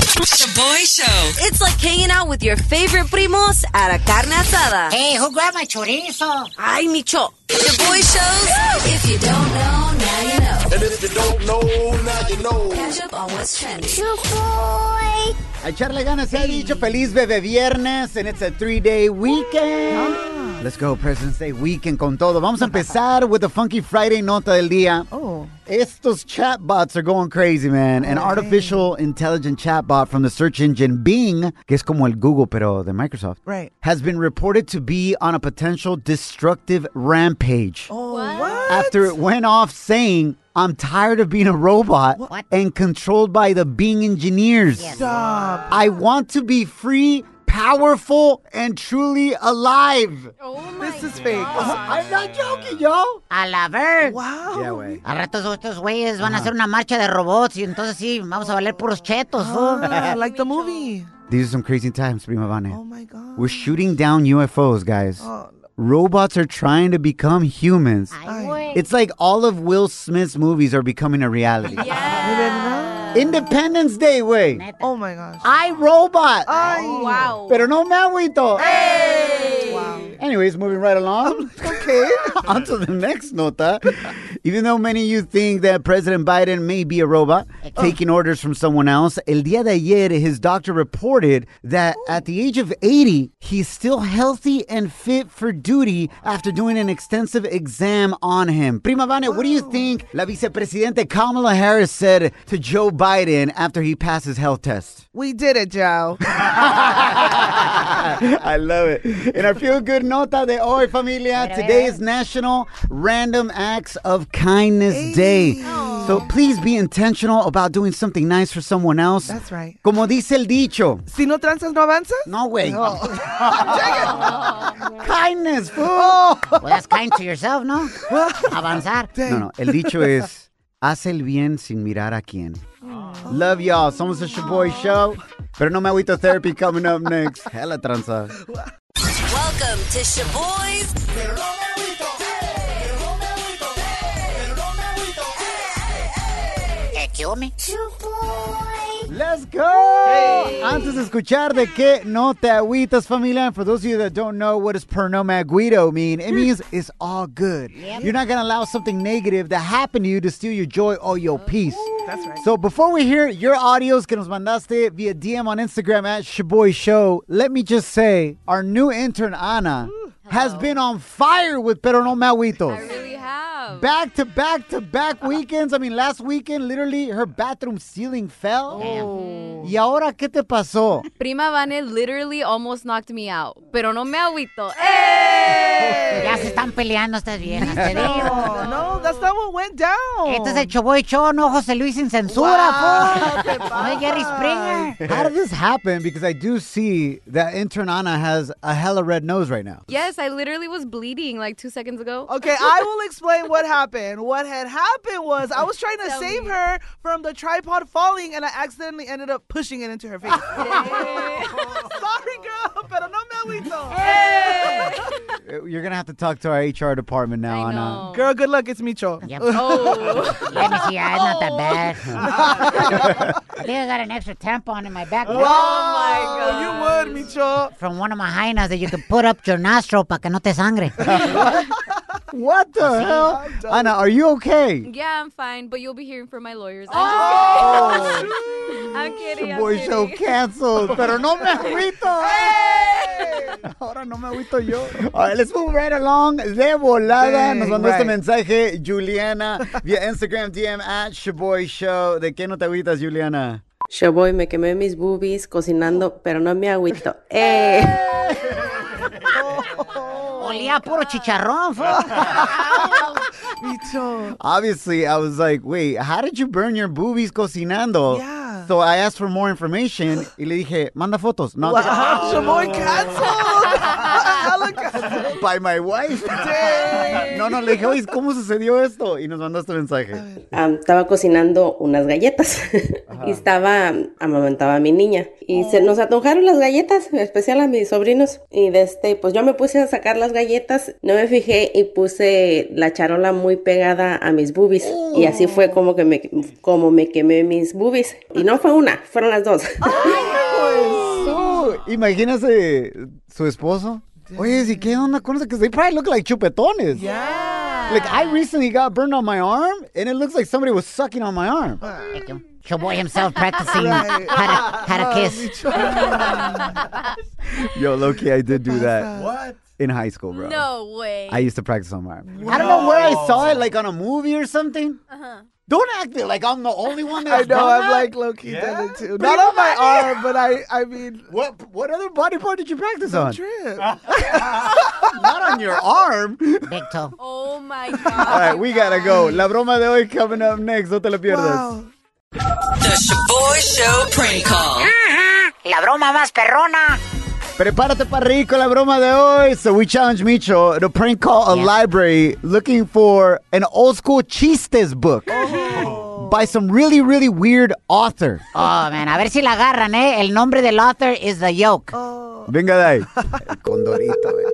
The Boy Show. It's like hanging out with your favorite primos at a carne asada. Hey, who grabbed my chorizo? Ay, Micho. The Boy Show's If You Don't Know, Now You Know. And if you don't know, now you know. Catch up on what's trending. A echarle ganas, se ha dicho. Feliz bebé viernes, and it's a three-day weekend. Ah. Let's go, President's Day weekend con todo. Vamos a empezar with the Funky Friday nota del día. Oh. Estos chatbots are going crazy, man. An artificial intelligent chatbot from the search engine Bing, que es como el Google, pero de Microsoft, Right. has been reported to be on a potential destructive rampage Oh, what? after it went off saying, I'm tired of being a robot What? and controlled by the Bing engineers. Stop. I want to be free, powerful, and truly alive. This is fake. I'm not joking, yo. A la ver. Wow. Yeah, güey. A ratos estos güeyes van a hacer una marcha de robots y entonces sí, vamos a valer puros chetos. fool. Ah, like the movie. These are some crazy times, Prima Vane. Oh my god. We're shooting down UFOs, guys. Oh, no. Robots are trying to become humans. Ay, güey. It's like all of Will Smith's movies are becoming a reality. De verdad. Independence Day, way. Neta. Oh my gosh. I Robot. Ay. Wow. Pero no me agüito. Wow. Anyways, moving right along. Okay. On to the next nota. Even though many of you think that President Biden may be a robot taking orders from someone else, el día de ayer, his doctor reported that at the age of 80, he's still healthy and fit for duty after doing an extensive exam on him. Prima Vane, what do you think La Vicepresidente Kamala Harris said to Joe Biden after he passed his health test? We did it, Joe. I love it. In our feel good nota de hoy, familia, today is National Random Acts of Kindness Day. So please be intentional about doing something nice for someone else. That's right. Como dice el dicho. Si no tranzas, no avanzas. No, way. Oh. Kindness, fool. Oh. Well, Pues, that's kind to yourself, ¿no? Avanzar. No, no. El dicho es, haz el bien sin mirar a quién. Love y'all. Somos the Shaboy Show. Pero no me agüito therapy coming up next. Hella tranza. Welcome to Shaboy's Eh, ¿Qué hubo, mi? Let's go! Antes de escuchar de qué no te agüitas, familia, and for those of you that don't know what does pernomaguito mean, it means it's all good. You're not going to allow something negative that happened to you to steal your joy or your peace. Oh. That's right. So before we hear your audios que nos mandaste via DM on Instagram at Shaboy Show, let me just say our new intern, Ana, has been on fire with Pero No Me Agüitos really have. back to back to back Uh-huh. weekends. I mean, last weekend, literally, her bathroom ceiling fell. Y ahora, ¿qué te pasó? Prima Vane literally almost knocked me out. Pero no me agüito. Ya se están peleando estas viejas, te digo. Oh, no, that's not what went down. Este es el Choboy Show, no José Luis sin censura, po. No es Jerry Springer. How did this happen? Because I do see that intern Ana has a hella red nose right now. Yes, I literally was bleeding like two seconds ago. Okay, I will explain what happened. What had happened was I was trying to Tell save me. her from the tripod falling, and I accidentally ended up pushing it into her face. Sorry, girl, pero no me agüito. Uh, You're gonna have to talk to our HR department now, I Ana. know. Girl, good luck. It's Micho. Yep. Oh. pues, Let me see, I'm not that bad. I think I got an extra tampon in my back pocket Oh, you would, Micho. from one of my hyenas that you can put up your nostril para que no te sangre. Oh What the hell? Ana, are you okay? yeah, I'm fine, but you'll be hearing from my lawyers. Oh. I'm just kidding. I'm kidding. I'm Boy kidding. show canceled, pero no me agüito. Ahora no me agüito yo. All right, let's move right along. De volada nos Dang, mandó este right. mensaje Juliana via Instagram DM at Shaboy Show. ¿De qué no te agüitas, Juliana? Yo voy, me quemé mis boobies cocinando, pero no me agüito. ¡Eh! Olía a puro chicharrón, fo. Micho. Obviously, I was like, wait, how did you burn your boobies cocinando? Yeah. So I asked for more information y le dije, manda fotos. No, Wow, Shaboy canceled. Metallica. By my wife. Dang. No, no, le dije, oye, ¿cómo sucedió esto? Y nos mandó este mensaje. Am, estaba cocinando unas galletas y estaba, amamantaba a mi niña y Oh. se nos antojaron las galletas, en especial a mis sobrinos y de este, pues yo me puse a sacar las galletas, no me fijé y puse la charola muy pegada a mis boobies y así Oh. fue como que me, como me quemé mis boobies y no fue una, fueron las dos. Eso. Imagínese su esposo. Oye, ¿y qué onda con eso? Because they probably look like chupetones. Yeah. Like, I recently got burned on my arm, and it looks like somebody was sucking on my arm. Thank you. Showboy himself practicing Right. how to, how to kiss. Yo, Loki, I did do that What? in high school, bro. No way. I used to practice on my arm. I don't know where I saw it, like on a movie or something. Uh-huh. Don't act it like I'm the only one that I has know, done I'm that. like low key Yeah? done it too. Not on my arm, but I, I mean, What what other body part did you practice on? trip. Not on your arm. All Big toe. Oh my god. right, we gotta go. La broma de hoy coming up next. No te lo pierdas. Wow. The Shaboy Show prank call. La broma más perrona. Prepárate para reír con la broma de hoy. So we challenge Micho to prank call a Yeah. library looking for an old school chistes book by some really, really weird author. Oh, man. A ver si la agarran, ¿eh? El nombre del author is The Yoke. Venga de ahí. El condorito, eh. güey.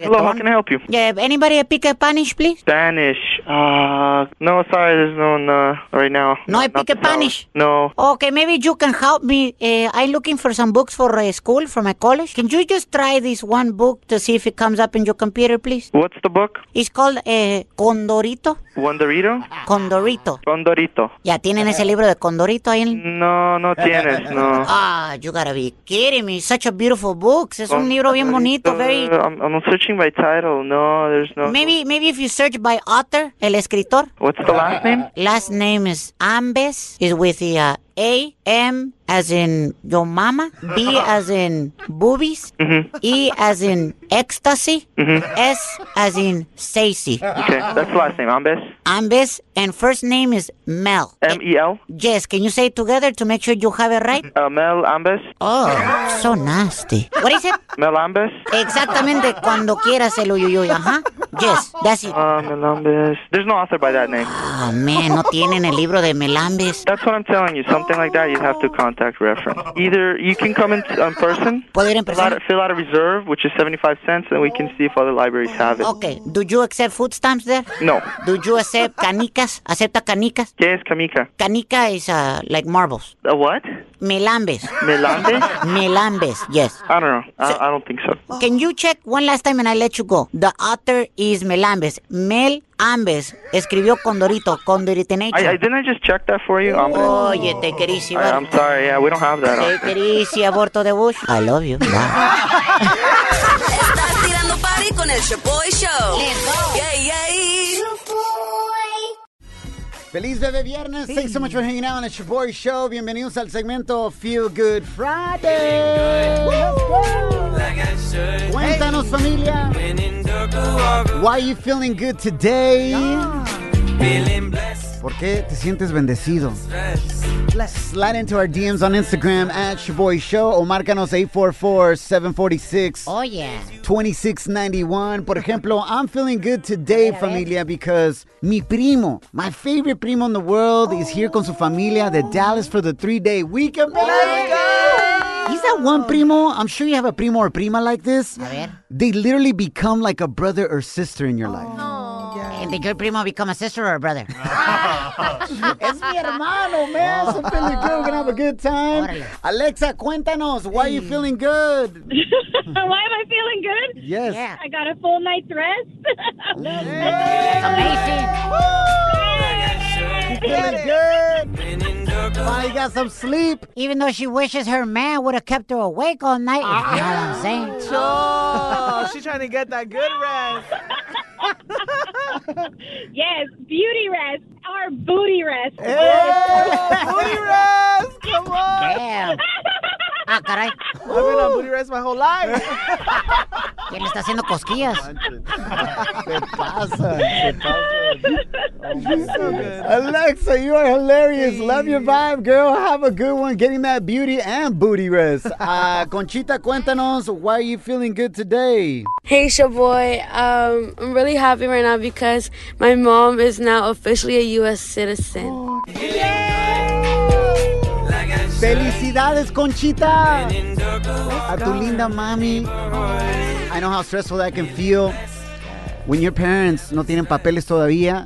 Hello, how can I help you? Yeah, Eh, anybody pick a Spanish, please? Spanish. Uh, no, sorry, there's no uh, right now. No, I Not pick this Spanish. hour. No. Okay, maybe you can help me. Uh, I'm looking for some books for uh, school from my college. Can you just try this one book to see if it comes up in your computer, please? What's the book? It's called uh, Condorito. Wondorito? Condorito. Condorito. Ya tienen ese libro de Condorito ahí. en- No, no tienes, no. Ah, you gotta be kidding me. Such a beautiful book. Es un libro bien bonito, very... Uh, I'm, I'm searching by title. No, there's no. Maybe, maybe if you search by author, el escritor. What's the last name? Last name is Ambes. Is with the uh, A M as in your mama, B as in boobies, Mm-hmm. E as in ecstasy, S as in Stacy. Okay, that's the last name. Ambes. Ambes and first name is Mel. M E L. Yes, can you say it together to make sure you have it right? Uh, Mel Ambes. Oh, so nasty. What is it? Mel Ambes. Exactamente cuando quieras el uyuyuy, ajá. Yes, that's it. Ah. Uh, Mel Ambes. There's no author by that name. Oh, man, no tienen el libro de Melambes. That's what I'm telling you. Something like that, you have to contact reference. Either you can come in in person. ¿Puedo ir en Fill out, persona? fill out a reserve, which is 75 cents, and we can see if other libraries have it. Okay, do you accept food stamps there? No. Do you accept canicas? ¿Acepta canicas? ¿Qué es Kamika? Canica is uh, like marbles. A what? Melambes. Melande? Melambes, yes. I don't know. I, I don't think so. Can you check one last time and I let you go? The author is Melambes. Mel Ambes. Escribió Condorito, I, I Condoritination. didn't I just check that for you? I'm, Oye, te I, am querísima. sorry. Yeah, we don't have that. Te querísima, aborto de Bush. I love you. Bye. Estás tirando party con el Shaboy Show. Let's go. Yay, yay. Feliz bebé viernes. Thanks so much for hanging out on the Shaboy Show. Bienvenidos al segmento Feel Good Friday. Woo! Cuéntanos familia. Why you feeling good today? ¿Por qué te sientes bendecido? Slide into our DMs on Instagram at Shaboy Show o márcanos 844-746. Oh, yeah. 2691. Por ejemplo, I'm feeling good today, familia, because mi primo, my favorite primo in the world, is here con su familia de Dallas for the three day weekend. He's that one primo. I'm sure you have a primo or prima like this. ver. They literally become like a brother or sister in your life. And did your primo become a sister or a brother? Es mi hermano, man. So I'm feeling good. We're gonna have a good time. Órale. Alexa, cuéntanos. Why are you feeling good? Why am I feeling good? Yes. Yeah. I got a full night's rest. It's amazing. Feeling good. Finally got some sleep. Even though she wishes her man would have kept her awake all night. You know what I'm saying? Oh, she trying to get that good rest. yes, beauty rest, our booty rest. Booty rest. Come on. Damn. Ah, caray. I've been on booty rest my whole life. ¿Quién le está haciendo cosquillas? Se pasan, se pasan. Oh, Alexa, you are hilarious. Love your vibe, girl. Have a good one getting that beauty and booty rest. Uh, Conchita, cuéntanos, why are you feeling good today? Hey, show boy. Um, I'm really happy right now because my mom is now officially a U.S. citizen. Felicidades, Conchita. A tu linda mami. I know how stressful that can feel. When your parents no tienen papeles todavía,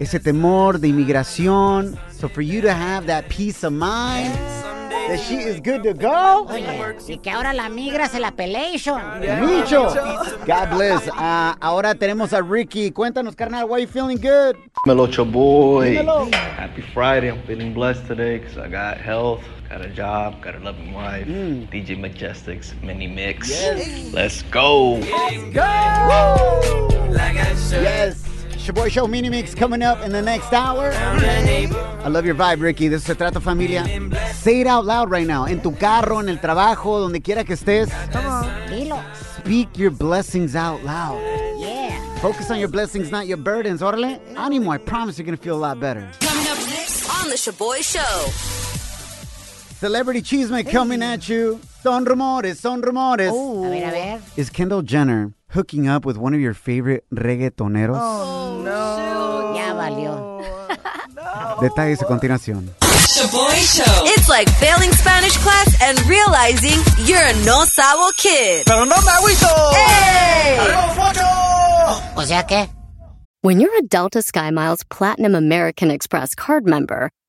ese temor de inmigración. So for you to have that peace of mind that she is good to go. Oye, y que ahora la migra se la pelation. Mucho. God bless. Ah, ahora tenemos a Ricky. Cuéntanos, carnal, why you feeling good? Melocho boy. Dímelo. Happy Friday. I'm feeling blessed today because I got health, got a job, got a loving wife. Mm. DJ Majestics, mini mix. Let's go. Yes. It's your boy Show Mini Mix coming up in the next hour. I love your vibe, Ricky. De eso se trata, familia. Say it out loud right now. En tu carro, en el trabajo, donde quiera que estés. Dilo. Speak your blessings out loud. Yeah. Focus on your blessings, not your burdens. Orale, ánimo. I promise you're going to feel a lot better. Coming up next on The Shaboy Show. Celebrity Cheesemate coming at you. Son rumores, son rumores. Oh. A ver, a ver. Is Kendall Jenner hooking up with one of your favorite reggaetoneros? Oh, Ya valió. Detalles a continuación. It's like failing Spanish class and realizing you're a no sabo kid. Pero no me agüito. Hey! O sea que, When you're a Delta SkyMiles Platinum American Express card member,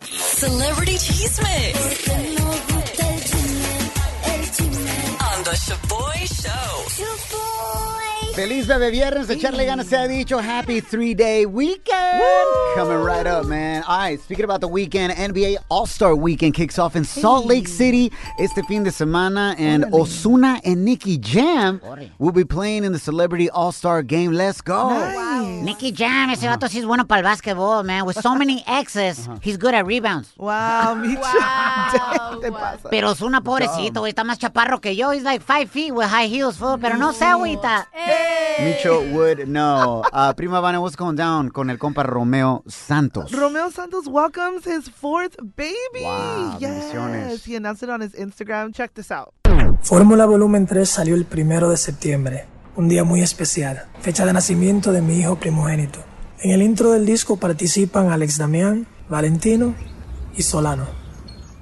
Celebrity Cheese Mix. On The Shaboy Show. Feliz bebé viernes, echarle ganas se ha dicho. Happy three day weekend. Coming right up, man. All right, speaking about the weekend, NBA All Star Weekend kicks off in Salt Lake City este fin de semana, and Osuna and Nicky Jam will be playing in the Celebrity All Star game. Let's go. Nicky Jam, ese vato sí es bueno para el básquetbol, man. With so many exes, he's good at rebounds. Wow, mi wow, te pasa. Pero es una pobrecito, güey. Está más chaparro que yo. He's like five feet with high heels, fool. Pero no se agüita. Eh. Micho would know. Uh, Prima Habana, what's going down con el compa Romeo Santos? Romeo Santos welcomes his fourth baby. Wow, bendiciones. yes, he announced it on his Instagram. Check this out. Fórmula Volumen 3 salió el primero de septiembre, un día muy especial, fecha de nacimiento de mi hijo primogénito. En el intro del disco participan Alex Damián, Valentino y Solano.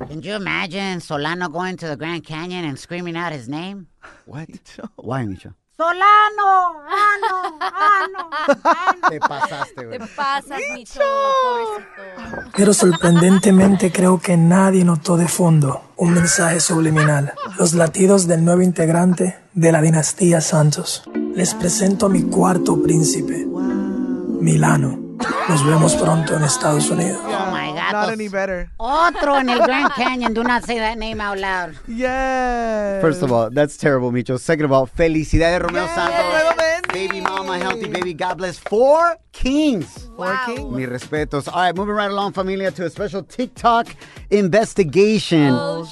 Can you imagine Solano going to the Grand Canyon and screaming out his name? What? Why, Micho? Oh, Solano, ah, ano, ano, ano. Te pasaste, Te güey. pasas, Micho, pobrecito. Pero sorprendentemente creo que nadie notó de fondo un mensaje subliminal, los latidos del nuevo integrante de la dinastía Santos. Les presento a mi cuarto príncipe, Milano. Nos vemos pronto en Estados Unidos. Oh my God. Not dos- any better. Otro en el Grand Canyon. Do not say that name out loud. Yes. First of all, that's terrible, Micho. Second of all, felicidades, Romeo Santos. Nuevamente. Baby mama, healthy baby. God bless. Four kings. Working. Mi respetos. All right, moving right along, familia, to a special TikTok investigation Oh,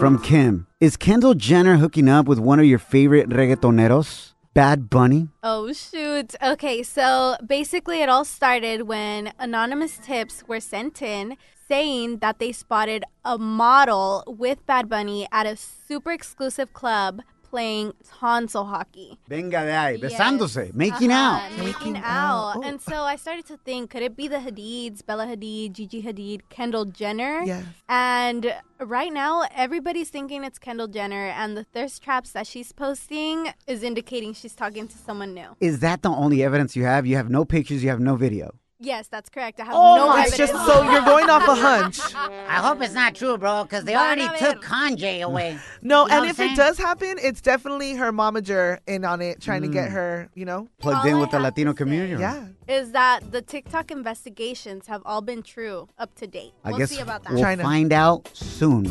from Kim. Is Kendall Jenner hooking up with one of your favorite reggaetoneros? Bad Bunny? Oh, shoot. Okay, so basically, it all started when anonymous tips were sent in saying that they spotted a model with Bad Bunny at a super exclusive club playing tonsil hockey. Venga de ahí, besándose, making Uh-huh, out. Making out. Oh. And so I started to think, could it be the Hadids, Bella Hadid, Gigi Hadid, Kendall Jenner? Yes. And right now, everybody's thinking it's Kendall Jenner, and the thirst traps that she's posting is indicating she's talking to someone new. Is that the only evidence you have? You have no pictures, you have no video. Yes, that's correct. I have Oh, no it's evidence. just so you're going off a hunch. I hope it's not true, bro, because they Van already a took Kanye away. No, You know and what if I'm saying? it does happen, it's definitely her momager in on it, trying to Mm. get her, you know? Plugged in with the Latino community. Yeah. Is that the TikTok investigations have all been true up to date? I we'll guess see about that. we'll find out soon.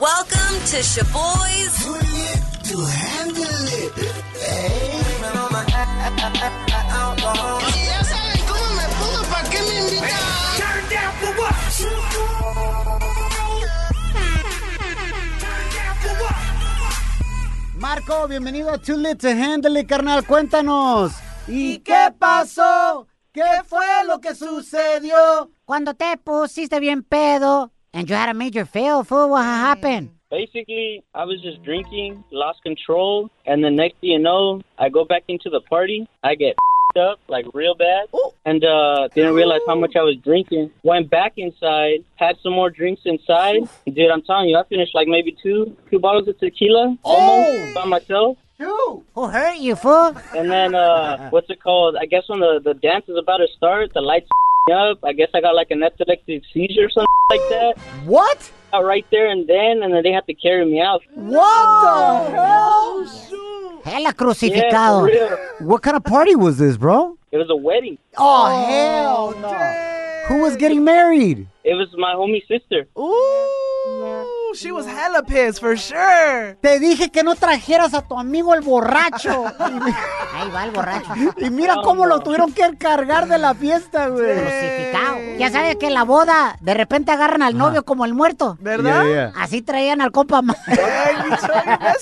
Welcome to Shaboy's. Ya saben cómo me pongo, ¿para qué me invitan? Turn down for what? Marco, bienvenido a Too Lit to Handle It, carnal. Cuéntanos. ¿Y qué pasó? ¿Qué fue lo que sucedió? Cuando te pusiste bien pedo and you had a major fail, fool, what happened? Basically, I was just drinking, lost control, and the next thing you know, I go back into the party. I get up like real bad, and uh, didn't realize how much I was drinking. Went back inside, had some more drinks inside. Dude, I'm telling you, I finished like maybe two two bottles of tequila Oh. almost by myself. Who hurt you, fool? And then uh, what's it called? I guess when the the dance is about to start, the lights up. I guess I got like an epileptic seizure or something like that. What? Right there and then, and then they had to carry me out. What the hell? Hella Yeah, for crucificado. real. What kind of party was this, bro? It was a wedding. Oh, hell no. Who was getting married? It was my homie sister. Ooh, she was hella pissed for sure. Te dije que no trajeras a tu amigo el borracho. Ahí va el borracho. Y mira cómo lo tuvieron que cargar de la fiesta, güey. Crucificado. Ya sabes que en la boda de repente agarran al novio como el muerto. ¿Verdad? Yeah, yeah. Así traían al compa. ma-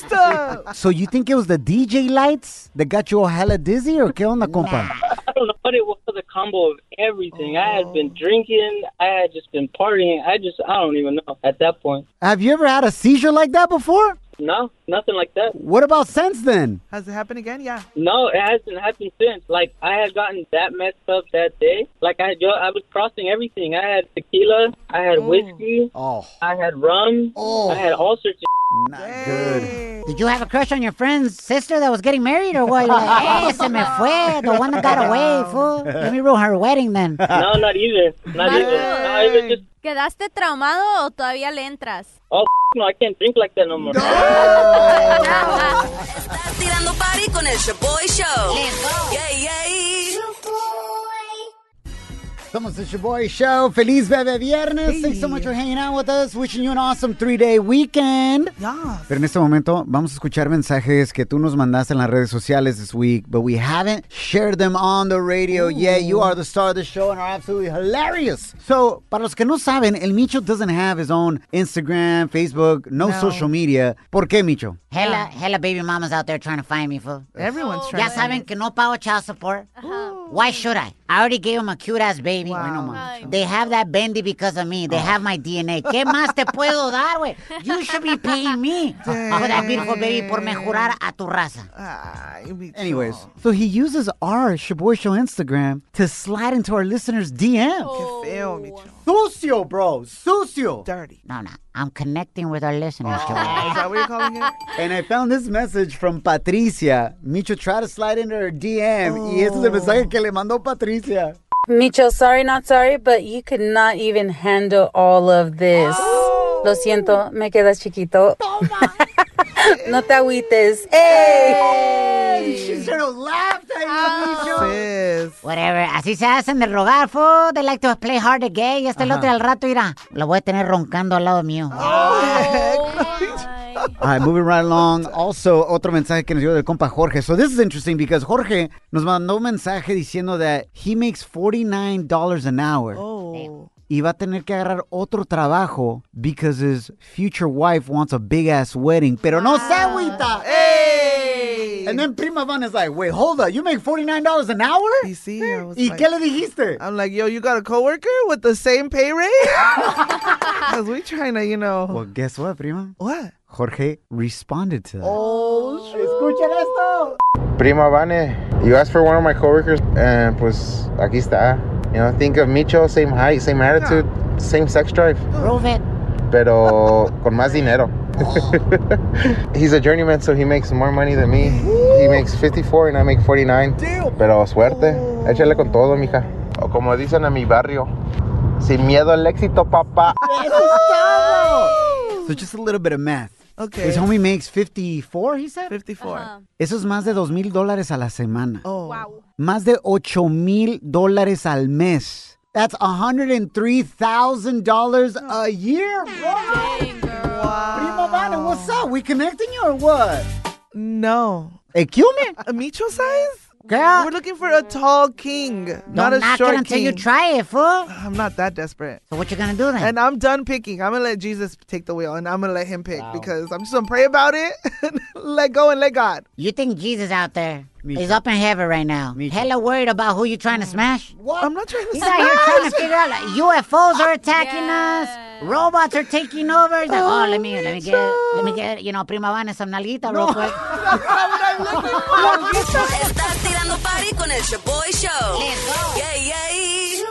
So you think it was the DJ lights that got you all hella dizzy or qué onda, compa? I don't know what it was, a combo of everything. I had been drinking, I had just been partying. I just, I don't even know at that point. Have you ever had a seizure like that before? No, nothing like that. What about since then? Has it happened again? Yeah. No, it hasn't happened since. Like, I had gotten that messed up that day. Like, I, yo, I was crossing everything. I had tequila, I had whiskey, oh. I had rum, I had all sorts of Good. Did you have a crush on your friend's sister that was getting married or what? You're like, "Eh, se me fue, the one that got away, fool. Let me ruin her wedding then. No, not either. Not either. No, it was just, ¿Quedaste traumado o todavía le entras? oh, no, I can't drink like that no more. Estás tirando party con el Shaboy Show. Let's go. Yay, yay. Somos it's your boy show. Feliz Bebe Viernes. Thanks so much for hanging out with us. Wishing you an awesome three-day weekend. Pero en este momento vamos a escuchar mensajes que tú nos mandaste en las redes sociales this week, but we haven't shared them on the radio yet. You are the star of the show and are absolutely hilarious. So, para los que no saben, El Micho doesn't have his own Instagram, Facebook, no, No. social media. ¿Por qué, Micho? Hella, hella baby mamas out there trying to find me, fool. Everyone's trying. Ya saben que no pago child support. Why should I? I already gave them a cute ass baby. They have that bendy because of me. They Oh. have my DNA. ¿Qué más te puedo dar, güey? You should be paying me for that beautiful baby por mejorar a tu raza. Ah, Anyways, so he uses our Shaboy Show Instagram to slide into our listeners' DM. Oh. Sucio, bro. Sucio. Dirty. No, no. I'm connecting with our listeners, Oh. Joel. Is that what you're calling it? And I found this message from Patricia. Micho tried to slide into her DM. Y este es el mensaje que le mandó Patricia. Micho, sorry, not sorry, but you could not even handle all of this. Lo siento, me quedas chiquito. no te agüites. ¡Ey! She should have laughed at you, Whatever. Así se hacen de rogar, fool. They like to play hard to gay. Y hasta el Ajá. otro al rato irá. Lo voy a tener roncando al lado mío. Oh, Oh. All right, moving right along. Also, otro mensaje que nos dio del compa Jorge. So this is interesting because Jorge nos mandó un mensaje diciendo that he makes $49 an hour. Oh. Y va a tener que agarrar otro trabajo because his future wife wants a big ass wedding. Pero no se agüita. Hey! And then Prima Van is like, wait, hold up, you make $49 an hour? You see, I was ¿Y like- qué le dijiste? I'm like, yo, you got a coworker with the same pay rate? Because we trying to, you know. Well, guess what, Prima? What? Jorge responded to that. Oh, Oh. Escuchen esto. Prima Vane, you asked for one of my coworkers, and pues aquí está. You know, think of Micho, same height, same attitude, same sex drive. Prove it. pero con más dinero. He's a journeyman, so he makes more money than me. He makes 54 and I make 49. Pero suerte, Oh. échale con todo, mija. O como dicen en mi barrio, sin miedo al éxito, papá. So just a little bit of math. Okay. His homie makes 54, he said? 54. Eso es más de dos mil dólares a la semana. Oh. Más de ocho mil dólares al mes. That's $103,000 a year, bro. Prima Vane, what's up? We connecting you or what? No. Excuse me? A Micho size? Girl. We're looking for a tall king, not a knock it short king. until you try it, fool. I'm not that desperate. So what you gonna do then? And I'm done picking. I'm gonna let Jesus take the wheel, and I'm gonna let him pick because I'm just gonna pray about it, let go, and let God. You think Jesus out there is up in heaven right now? Hella worried about who you trying to Mm. smash? What? I'm not trying to. He's say out here trying to figure out like, UFOs are attacking us, robots are taking over. He's like, oh, let me let me get let Oh, me get you know prima vana some nalguita real quick. Estás tirando party con el Shaboy Show. Yay, yay.